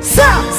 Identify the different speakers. Speaker 1: Suck!